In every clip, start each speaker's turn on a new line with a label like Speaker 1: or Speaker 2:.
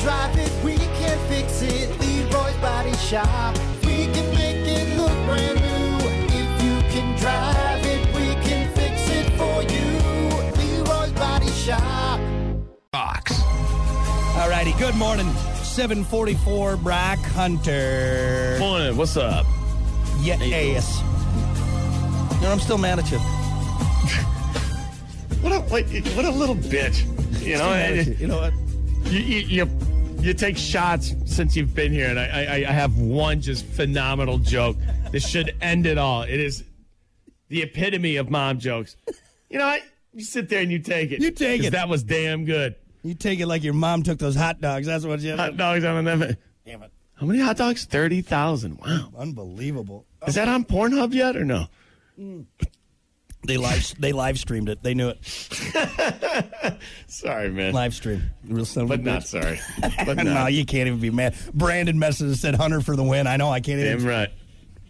Speaker 1: drive it, we can fix it. Leroy's Body Shop. We can make it look brand new. If you can drive it, we can fix it for you. Leroy's Body Shop.
Speaker 2: Fox.
Speaker 3: All righty. Good morning. 744 Brock Hunter.
Speaker 4: Morning, what's up?
Speaker 3: Yeah,
Speaker 4: you go.
Speaker 3: ass. You know, I'm still mad at you.
Speaker 4: What a what, what a little bitch. You know, eh?
Speaker 3: you.
Speaker 4: and
Speaker 3: know what?
Speaker 4: you, you, you you take shots since you've been here, and I, I I have one just phenomenal joke. This should end it all. It is the epitome of mom jokes. You know, what? you sit there and you take it.
Speaker 3: You take
Speaker 4: 'Cause
Speaker 3: it.
Speaker 4: That was damn good.
Speaker 3: You take it like your mom took those hot dogs. That's what you.
Speaker 4: Hot dogs on them. Damn it. How many hot dogs? Thirty thousand. Wow.
Speaker 3: Unbelievable.
Speaker 4: Is that on Pornhub yet or no?
Speaker 3: They live they live streamed it. They knew it.
Speaker 4: Sorry, man.
Speaker 3: Live stream. You Real son of a
Speaker 4: but not
Speaker 3: bitch.
Speaker 4: sorry. But
Speaker 3: No,
Speaker 4: not.
Speaker 3: you can't even be mad. Brandon messaged and said Hunter for the win. I know I can't even
Speaker 4: Damn right.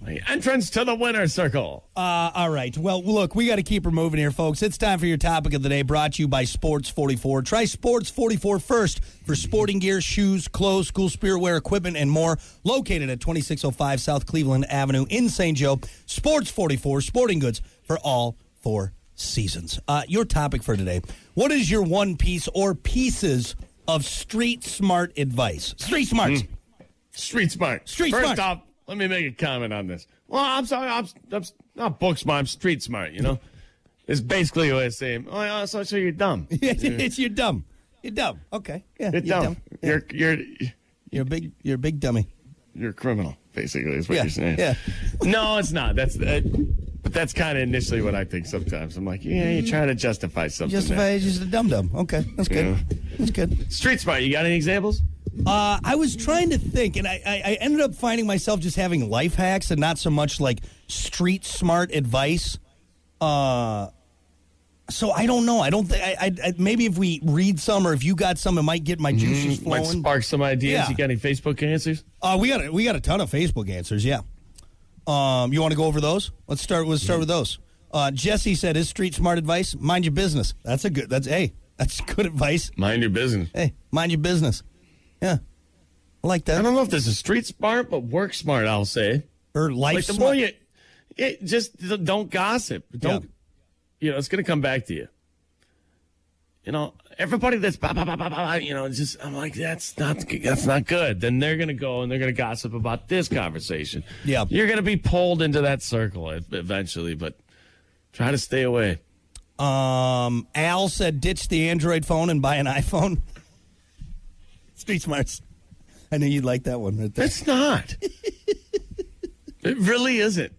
Speaker 4: My entrance to the winner circle.
Speaker 3: Uh, all right. Well, look, we got to keep her moving here, folks. It's time for your topic of the day brought to you by Sports 44. Try Sports 44 first for sporting gear, shoes, clothes, school spirit wear, equipment, and more. Located at 2605 South Cleveland Avenue in St. Joe. Sports 44, sporting goods for all four seasons. Uh, your topic for today What is your one piece or pieces of street smart advice? Street
Speaker 4: Hmm.
Speaker 3: smarts.
Speaker 4: Street smart.
Speaker 3: Street
Speaker 4: First
Speaker 3: smart.
Speaker 4: off, let me make a comment on this. Well, I'm sorry, I'm, I'm not book smart. I'm street smart. You know, it's basically what I say. Oh, yeah, so, so you're dumb.
Speaker 3: it's you're dumb. You're dumb. Okay. Yeah,
Speaker 4: You're dumb. You're you're
Speaker 3: You're a big. You're a big dummy.
Speaker 4: you're a criminal. Basically, is what
Speaker 3: Yeah,
Speaker 4: you're saying.
Speaker 3: yeah.
Speaker 4: No, it's not. That's uh, but that's kind of initially what I think. Sometimes I'm like, yeah, you're trying to justify something. there.
Speaker 3: Justify is just a dum dum. Okay, that's good.
Speaker 4: Yeah.
Speaker 3: That's good.
Speaker 4: Street smart. You got any examples?
Speaker 3: Uh, I was trying to think, and I, I, I ended up finding myself just having life hacks and not so much like street smart advice. Uh, so I don't know. I don't think. I, I, I maybe if we read some, or if you got some, it might get my juices
Speaker 4: Mm-hmm. Might
Speaker 3: flowing.
Speaker 4: spark some ideas.
Speaker 3: Yeah.
Speaker 4: You got any Facebook answers?
Speaker 3: Uh, we got a, we got a ton of Facebook answers. Yeah. Um, you want to go over those? Let's start. Let's start with those. Uh, Jesse said his street smart advice: mind your business. That's a good. That's hey, that's good advice.
Speaker 4: Mind your business.
Speaker 3: Hey, mind your business. Yeah. I like
Speaker 4: I
Speaker 3: that.
Speaker 4: don't know if this is street smart, but work smart. I'll say.
Speaker 3: Or life
Speaker 4: like the more
Speaker 3: smart.
Speaker 4: you, it just th- don't gossip. Don't you know? It's gonna come back to you. You know, everybody that's bah, bah, bah, bah, bah, bah, you know, just I'm like that's not g- that's not good. Then they're gonna go and they're gonna gossip about this conversation.
Speaker 3: Yeah.
Speaker 4: you're gonna be pulled into that circle e- eventually, but try to stay away.
Speaker 3: Um, Al said ditch the Android phone and buy an iPhone. Street smarts. I knew you'd like that one right there.
Speaker 4: It's not. it really isn't.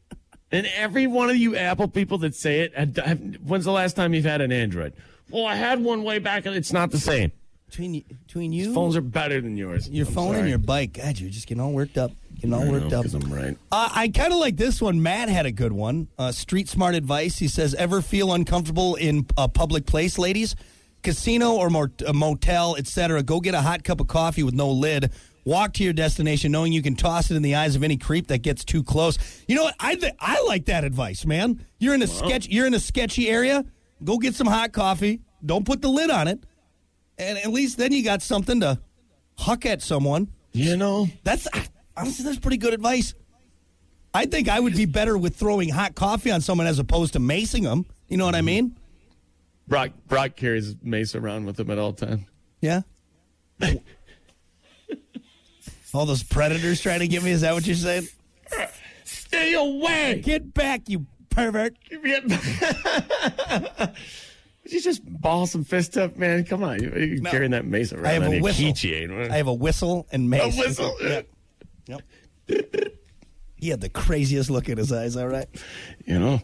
Speaker 4: And every one of you Apple people that say it, had- have- when's the last time you've had an Android? Well, I had one way back, and it's not the same.
Speaker 3: Between you, between you
Speaker 4: Phones are better than yours.
Speaker 3: your
Speaker 4: I'm
Speaker 3: phone and
Speaker 4: sorry.
Speaker 3: your bike. God, you're just getting all worked up. Getting
Speaker 4: I
Speaker 3: all
Speaker 4: know,
Speaker 3: worked up.
Speaker 4: 'cause I'm right.
Speaker 3: Uh, I kind of like this one. Matt had a good one. Uh, street smart advice. He says, "Ever feel uncomfortable in a public place, ladies? Casino or mort- a motel, etc. Go get a hot cup of coffee with no lid. Walk to your destination, knowing you can toss it in the eyes of any creep that gets too close. You know what? I th- I like that advice, man. You're in a sketch. You're in a sketchy area. Go get some hot coffee. Don't put the lid on it, and at least then you got something to huck at someone."
Speaker 4: You know,
Speaker 3: That's honestly that's pretty good advice. I think I would be better with throwing hot coffee on someone as opposed to macing them. You know what
Speaker 4: Mm-hmm.
Speaker 3: I mean?
Speaker 4: Brock Brock carries mace around with him at all times.
Speaker 3: Yeah. All those predators trying to get me. Is that what you're saying?
Speaker 4: Stay away.
Speaker 3: Get back, you pervert!
Speaker 4: Would you just ball some fist up, man? Come on, you- you're carrying that mace around.
Speaker 3: I have
Speaker 4: on
Speaker 3: a
Speaker 4: your
Speaker 3: whistle.
Speaker 4: keychain.
Speaker 3: I have a whistle and
Speaker 4: a
Speaker 3: mace.
Speaker 4: whistle.
Speaker 3: Yep. He had the craziest look in his eyes. All right.
Speaker 4: You know.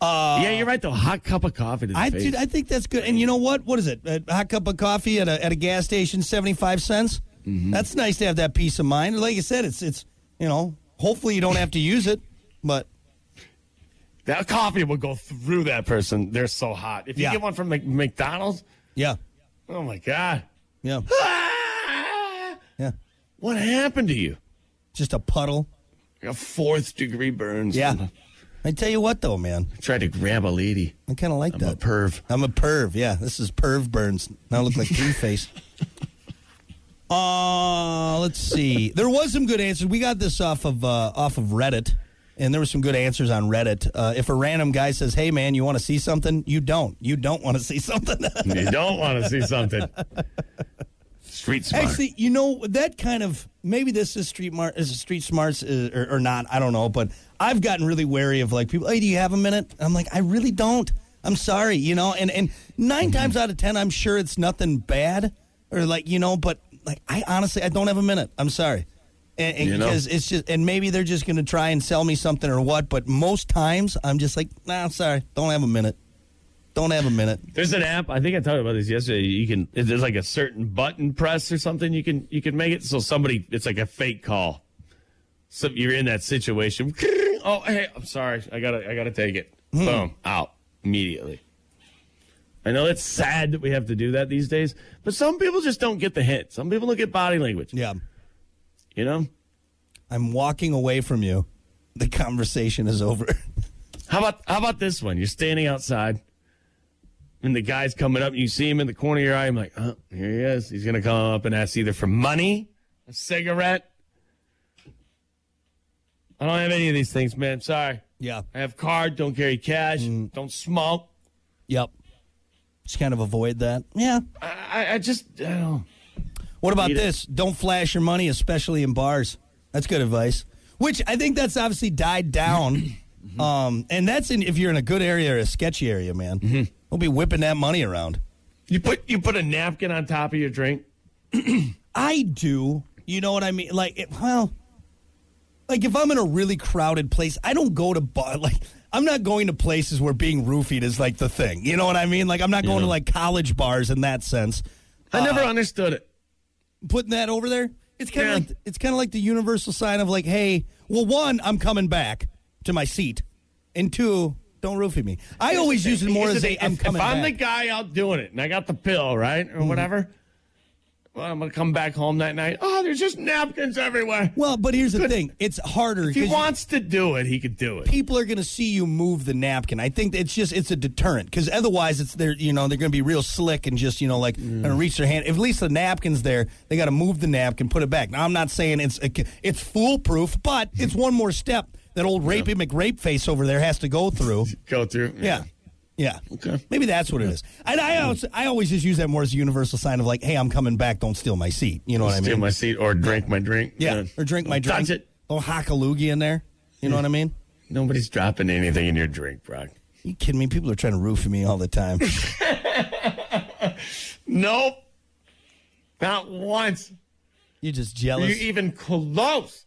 Speaker 4: yeah, you're right. Though hot cup of coffee. To the
Speaker 3: Uh, I
Speaker 4: face.
Speaker 3: dude, I think that's good. And you know what? What is it? A hot cup of coffee at a at a gas station, seventy five cents.
Speaker 4: Mm-hmm.
Speaker 3: That's nice to have that peace of mind. Like I said, it's it's you know. Hopefully, you don't have to use it, but
Speaker 4: that coffee will go through that person. They're so hot. If you
Speaker 3: Yeah.
Speaker 4: get one from Mc- McDonald's,
Speaker 3: yeah,
Speaker 4: oh my god,
Speaker 3: yeah,
Speaker 4: Ah!
Speaker 3: yeah.
Speaker 4: what happened to you?
Speaker 3: Just a puddle.
Speaker 4: Like a fourth degree burns.
Speaker 3: Yeah. I tell you what, though, man,
Speaker 4: Tried to grab a lady.
Speaker 3: I kind of like
Speaker 4: I'm
Speaker 3: that.
Speaker 4: a perv.
Speaker 3: I'm a perv. Yeah, this is perv burns. Now I look like Three Face. Uh, let's see. there was some good answers. We got this off of uh, off of Reddit, and there were some good answers on Reddit. Uh, if a random guy says, "Hey, man, you want to see something?" You don't. You don't want to see something.
Speaker 4: You don't want to see something. Street smart.
Speaker 3: Actually, you know that kind of maybe this is street mar- is it street smarts uh, or, or not. I don't know, but I've gotten really wary of like people. Hey, do you have a minute? I'm like, I really don't. I'm sorry, you know. And and 9
Speaker 4: Mm-hmm.
Speaker 3: times out of ten, I'm sure it's nothing bad or like you know, but like I honestly, I don't have a minute. I'm sorry, and, and
Speaker 4: You know.
Speaker 3: because it's just and maybe they're just going to try and sell me something or what. But most times, I'm just like, nah, I'm sorry, don't have a minute. Don't have a minute.
Speaker 4: There's an app. I think I talked about this yesterday. You can there's like a certain button press or something. You can you can make it so somebody it's like a fake call. So you're in that situation. Oh, hey, I'm sorry. I gotta I gotta take it.
Speaker 3: Hmm.
Speaker 4: Boom, out immediately. I know it's sad that we have to do that these days, but some people just don't get the hint. Some people don't get body language.
Speaker 3: Yeah,
Speaker 4: You know?
Speaker 3: I'm walking away from you. The conversation is over.
Speaker 4: How about how about this one? You're standing outside, and the guy's coming up. You see him in the corner of your eye. I'm like, oh, here he is. He's gonna come up and ask either for money, a cigarette. I don't have any of these things, man. Sorry.
Speaker 3: Yeah.
Speaker 4: I have card. Don't carry cash. Don't smoke.
Speaker 3: Yep. Just kind of avoid that. Yeah.
Speaker 4: I, I- I just I don't.
Speaker 3: What about
Speaker 4: Eat it.
Speaker 3: this? Don't flash your money, especially in bars. That's good advice. Which I think that's obviously died down. um, and that's in, if you're in a good area or a sketchy area, man. We'll be whipping that money around.
Speaker 4: You put you put a napkin on top of your drink.
Speaker 3: I do. You know what I mean? Like, it, well, like if I'm in a really crowded place, I don't go to bar. Like, I'm not going to places where being roofied is like the thing. You know what I mean? Like, I'm not going to like college bars in that sense.
Speaker 4: I never understood it.
Speaker 3: putting that over there. It's kind of
Speaker 4: Yeah.
Speaker 3: like it's kind of like the universal sign of like, hey, well, one, I'm coming back to my seat, and two, don't roofie me. I always use it more
Speaker 4: Here's
Speaker 3: as
Speaker 4: the
Speaker 3: a
Speaker 4: thing.
Speaker 3: I'm
Speaker 4: if,
Speaker 3: coming
Speaker 4: if I'm the
Speaker 3: back.
Speaker 4: guy
Speaker 3: Mm-hmm.
Speaker 4: out doing it and I got the pill, right? Or whatever. Well, I'm gonna come back home that night. Oh, there's just napkins everywhere.
Speaker 3: well, but here's the thing: it's harder
Speaker 4: If he
Speaker 3: because
Speaker 4: wants to do it, he could do it.
Speaker 3: people are going to see you move the napkin. I think it's just it's a deterrent because otherwise, it's they're you know they're going to be real slick and just you know like
Speaker 4: Mm.
Speaker 3: and reach their hand. If at least the napkin's there, they got to move the napkin, put it back. Now, I'm not saying it's it's foolproof, but it's one more step that old rapey McRape face over there has to go through.
Speaker 4: Go through.
Speaker 3: Yeah. Yeah.
Speaker 4: Okay.
Speaker 3: Maybe that's what it is. And I also, I always just use that more as a universal sign of like, hey, I'm coming back. Don't steal my seat. You know what I
Speaker 4: Steal
Speaker 3: mean?
Speaker 4: my seat or drink my drink.
Speaker 3: yeah. Or drink my drink.
Speaker 4: Touch it.
Speaker 3: Oh, hockaloogie in there. You know what I mean?
Speaker 4: Nobody's dropping anything in your drink, Brock.
Speaker 3: You kidding me? People are trying to roof me all the time.
Speaker 4: Nope. Not once.
Speaker 3: You're just
Speaker 4: Are you
Speaker 3: jealous.
Speaker 4: even close?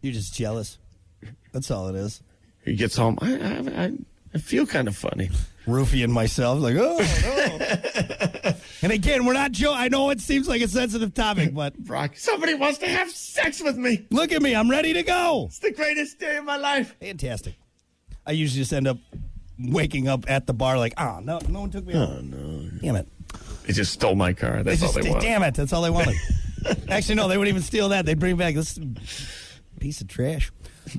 Speaker 3: You're just jealous. That's all it is.
Speaker 4: He gets home. I, I, I, I feel kind of funny.
Speaker 3: Roofing myself, like oh no. and again, we're not Joe. I know it seems like a sensitive topic, but
Speaker 4: Brock, somebody wants to have sex with me.
Speaker 3: look at me. I'm ready to go.
Speaker 4: It's the greatest day of my life.
Speaker 3: Fantastic. I usually just end up waking up at the bar like, ah, no, no one took me out.
Speaker 4: Oh, no.
Speaker 3: Damn it.
Speaker 4: They just stole my car.
Speaker 3: They
Speaker 4: That's
Speaker 3: just,
Speaker 4: all they want.
Speaker 3: damn it, that's all they wanted. Actually, no, they wouldn't even steal that. They'd bring back this piece of trash.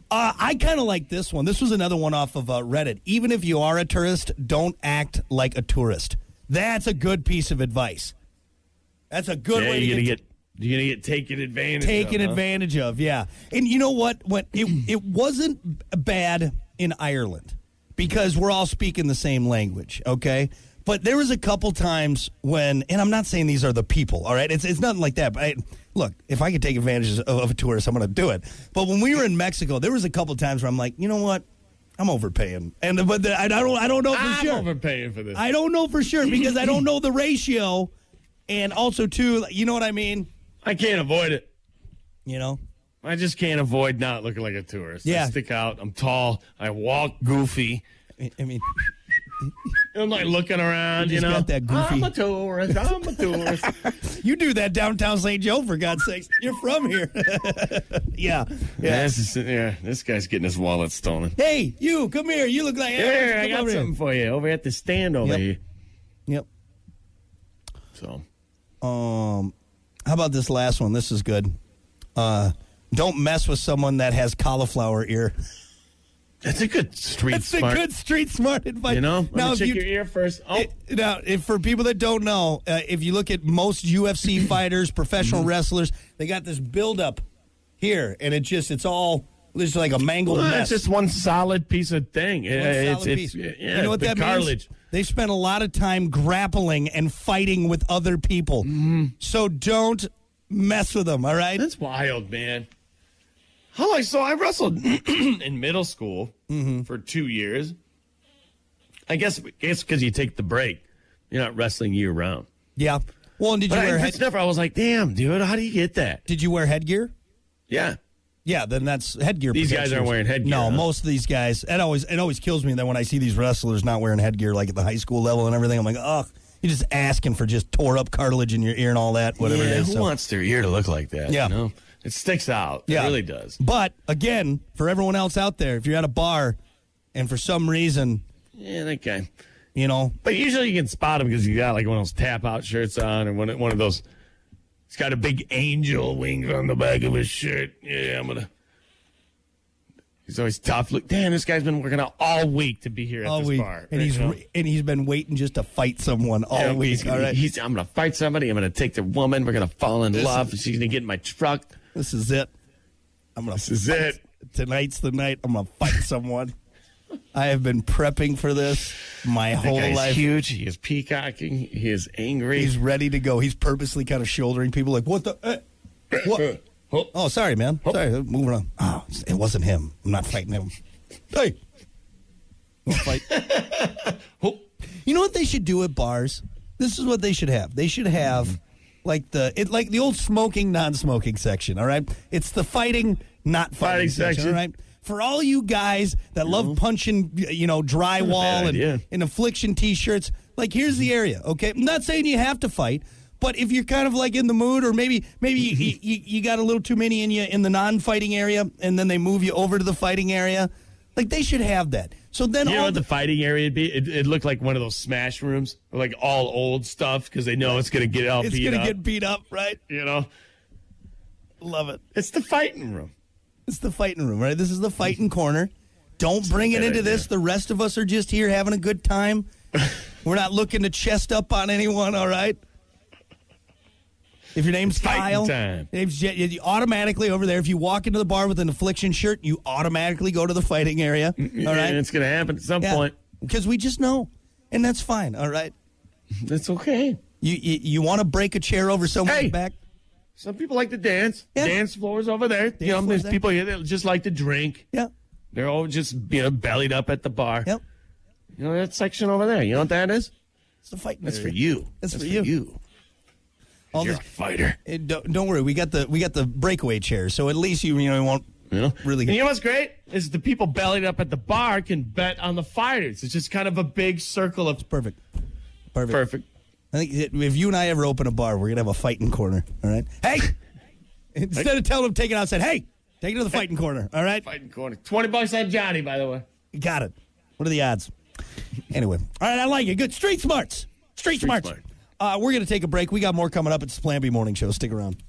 Speaker 3: Uh, I kind of like this one. This was another one off of uh, Reddit. Even if you are a tourist, don't act like a tourist. That's a good piece of advice. That's a good
Speaker 4: Yeah,
Speaker 3: way to
Speaker 4: you're
Speaker 3: get
Speaker 4: gonna get you're gonna get taken advantage. of,
Speaker 3: taken
Speaker 4: huh?
Speaker 3: advantage of. Yeah, and you know what? When it it wasn't b- bad in Ireland because we're all speaking the same language. Okay. But there was a couple times when, and I'm not saying these are the people, all right? It's, it's nothing like that. But I, look, if I could take advantage of, of a tourist, I'm going to do it. But when we were in Mexico, there was a couple times where I'm like, you know what? I'm overpaying. And but the, I don't I don't know for
Speaker 4: I'm
Speaker 3: sure.
Speaker 4: overpaying for this.
Speaker 3: I don't know for sure because I don't know the ratio, and also too, you know what I mean.
Speaker 4: I can't avoid it.
Speaker 3: You know,
Speaker 4: I just can't avoid not looking like a tourist.
Speaker 3: Yeah.
Speaker 4: I stick out. I'm tall. I walk goofy.
Speaker 3: I- I mean.
Speaker 4: I'm like looking around,
Speaker 3: You
Speaker 4: you,
Speaker 3: just
Speaker 4: know.
Speaker 3: got that goofy-
Speaker 4: I'm a tourist. I'm a tourist.
Speaker 3: You do that downtown St. Joe, for God's sakes. You're from here. yeah.
Speaker 4: yeah,
Speaker 3: Yeah.
Speaker 4: this is, yeah, this guy's getting his wallet stolen.
Speaker 3: Hey, you, come here. You look like.
Speaker 4: Here,
Speaker 3: Come
Speaker 4: I got
Speaker 3: over here.
Speaker 4: something for you over at the stand over
Speaker 3: Yep.
Speaker 4: here.
Speaker 3: Yep.
Speaker 4: So
Speaker 3: Um, how about this last one? This is good. Uh, don't mess with someone that has cauliflower ear.
Speaker 4: That's a good street
Speaker 3: That's
Speaker 4: smart.
Speaker 3: a good street smart advice.
Speaker 4: you know, Let me
Speaker 3: now if
Speaker 4: check
Speaker 3: you
Speaker 4: your ear first. Oh,
Speaker 3: It- now, if for people that don't know, uh, if you look at most UFC fighters,
Speaker 4: Mm-hmm.
Speaker 3: professional wrestlers, they got this buildup here, and it just it's all just like a mangled
Speaker 4: well,
Speaker 3: mess.
Speaker 4: it's just one solid piece of thing.
Speaker 3: One solid
Speaker 4: it's, it's,
Speaker 3: piece.
Speaker 4: Yeah,
Speaker 3: you know what
Speaker 4: the
Speaker 3: that
Speaker 4: cartilage.
Speaker 3: means? They spent a lot of time grappling and fighting with other people.
Speaker 4: Mm-hmm.
Speaker 3: So don't mess with them. All right.
Speaker 4: That's wild, man. How I so I wrestled in middle school for two years. I guess it's because you take the break. You're not wrestling year round.
Speaker 3: yeah. Well, and did you
Speaker 4: But I,
Speaker 3: wear
Speaker 4: it's
Speaker 3: head,
Speaker 4: never. I was like, damn, dude, how do you get that?
Speaker 3: did you wear headgear?
Speaker 4: Yeah.
Speaker 3: Yeah, then that's headgear.
Speaker 4: These guys
Speaker 3: protections.
Speaker 4: aren't wearing headgear,
Speaker 3: No,
Speaker 4: huh?
Speaker 3: most of these guys. It always it always kills me that when I see these wrestlers not wearing headgear, like at the high school level and everything. I'm like, ugh, you're just asking for just tore up cartilage in your ear and all that, whatever
Speaker 4: Yeah,
Speaker 3: it is.
Speaker 4: who
Speaker 3: so-
Speaker 4: wants their ear to look like that?
Speaker 3: Yeah.
Speaker 4: You know? It sticks out. It really does.
Speaker 3: But again, for everyone else out there, if you're at a bar and for some reason,
Speaker 4: Yeah, that guy.
Speaker 3: you know,
Speaker 4: But usually you can spot him because you got like one of those tap out shirts on and one, one of those. He's got a big angel wings on the back of his shirt. Yeah, I'm going to. He's always tough. Look, damn, this guy's been working out all week to be here at
Speaker 3: all
Speaker 4: this
Speaker 3: week,
Speaker 4: bar.
Speaker 3: and
Speaker 4: you
Speaker 3: he's
Speaker 4: know?
Speaker 3: re- and he's been waiting just to fight someone all
Speaker 4: Yeah,
Speaker 3: week.
Speaker 4: he's
Speaker 3: All
Speaker 4: gonna-
Speaker 3: right,
Speaker 4: he's- I'm going to fight somebody. I'm going to take the woman. We're going to fall in love. She's going to get in my truck.
Speaker 3: this is it. I'm gonna. This
Speaker 4: is it.
Speaker 3: Tonight's the night. I'm gonna fight someone. I have been prepping for this my
Speaker 4: That
Speaker 3: whole
Speaker 4: guy's
Speaker 3: life.
Speaker 4: huge. He is peacocking. He is angry.
Speaker 3: He's ready to go. He's purposely kind of shouldering people like, what the? eh, what? Oh, sorry, man. Sorry, moving on. Oh, it wasn't him. I'm not fighting him. Hey. Oh. Wanna fight? you know what they should do at bars? This is what they should have. They should have like the it like the old smoking, non-smoking section, all right? It's the fighting, not fighting,
Speaker 4: Fighting
Speaker 3: section,
Speaker 4: section.
Speaker 3: all right? For all you guys that love punching, you know, drywall
Speaker 4: idea.
Speaker 3: and, and affliction t-shirts. Like here's the area, okay? I'm not saying you have to fight, but if you're kind of like in the mood or maybe maybe you, you- you, you got a little too many in you in the non-fighting area and then they move you over to the fighting area, like they should have that. So then
Speaker 4: You know
Speaker 3: all
Speaker 4: what the fighting area would be? It, it looked like one of those smash rooms, like all old stuff, because they know it's gonna get all
Speaker 3: it's
Speaker 4: beat
Speaker 3: going to
Speaker 4: up.
Speaker 3: get beat up, right?
Speaker 4: you know,
Speaker 3: Love it.
Speaker 4: it's the fighting room.
Speaker 3: It's the fighting room, right? This is the fighting
Speaker 4: Mm-hmm.
Speaker 3: corner. Don't bring it
Speaker 4: bad
Speaker 3: into
Speaker 4: idea.
Speaker 3: this. The rest of us are just here having a good time. We're not looking to chest up on anyone, all right? If your name's
Speaker 4: fighting
Speaker 3: Kyle,
Speaker 4: time.
Speaker 3: name's Je- you automatically over there. If you walk into the bar with an affliction shirt, you automatically go to the fighting area. All
Speaker 4: and
Speaker 3: right,
Speaker 4: Mm, it's gonna happen at some point.
Speaker 3: because we just know, and that's fine. All right,
Speaker 4: That's okay.
Speaker 3: you you, you want to break a chair over someone's
Speaker 4: Hey!
Speaker 3: back?
Speaker 4: Some people like to dance.
Speaker 3: Yeah.
Speaker 4: Dance floors over there. you know,
Speaker 3: floor's
Speaker 4: there's
Speaker 3: there.
Speaker 4: people here that just like to drink.
Speaker 3: Yeah,
Speaker 4: They're all just you know, bellied up at the bar.
Speaker 3: yep.
Speaker 4: You know that section over there. You know what that is?
Speaker 3: It's the fighting.
Speaker 4: That's for
Speaker 3: area.
Speaker 4: you.
Speaker 3: That's for
Speaker 4: for
Speaker 3: you. All
Speaker 4: You're
Speaker 3: this
Speaker 4: a fighter.
Speaker 3: Hey, don't, don't worry, we got the we got the breakaway chair, so at least you you know you won't
Speaker 4: You know?
Speaker 3: really.
Speaker 4: And you know what's great is the people bellied up at the bar can bet on the fighters. It's just kind of a big circle of
Speaker 3: perfect, perfect,
Speaker 4: perfect.
Speaker 3: I think that if you and I ever open a bar, we're gonna have a fighting corner. All right. Hey, instead of telling them take it out, said hey, take it to the fighting corner. All right.
Speaker 4: Fighting corner. Twenty bucks on Johnny, by the way.
Speaker 3: Got it. What are the odds? Anyway, all right, I like it. Good street smarts. Street, smarts.
Speaker 4: smart.
Speaker 3: Uh, we're gonna take a break. We got more coming up. It's the Plan B Morning Show. Stick around.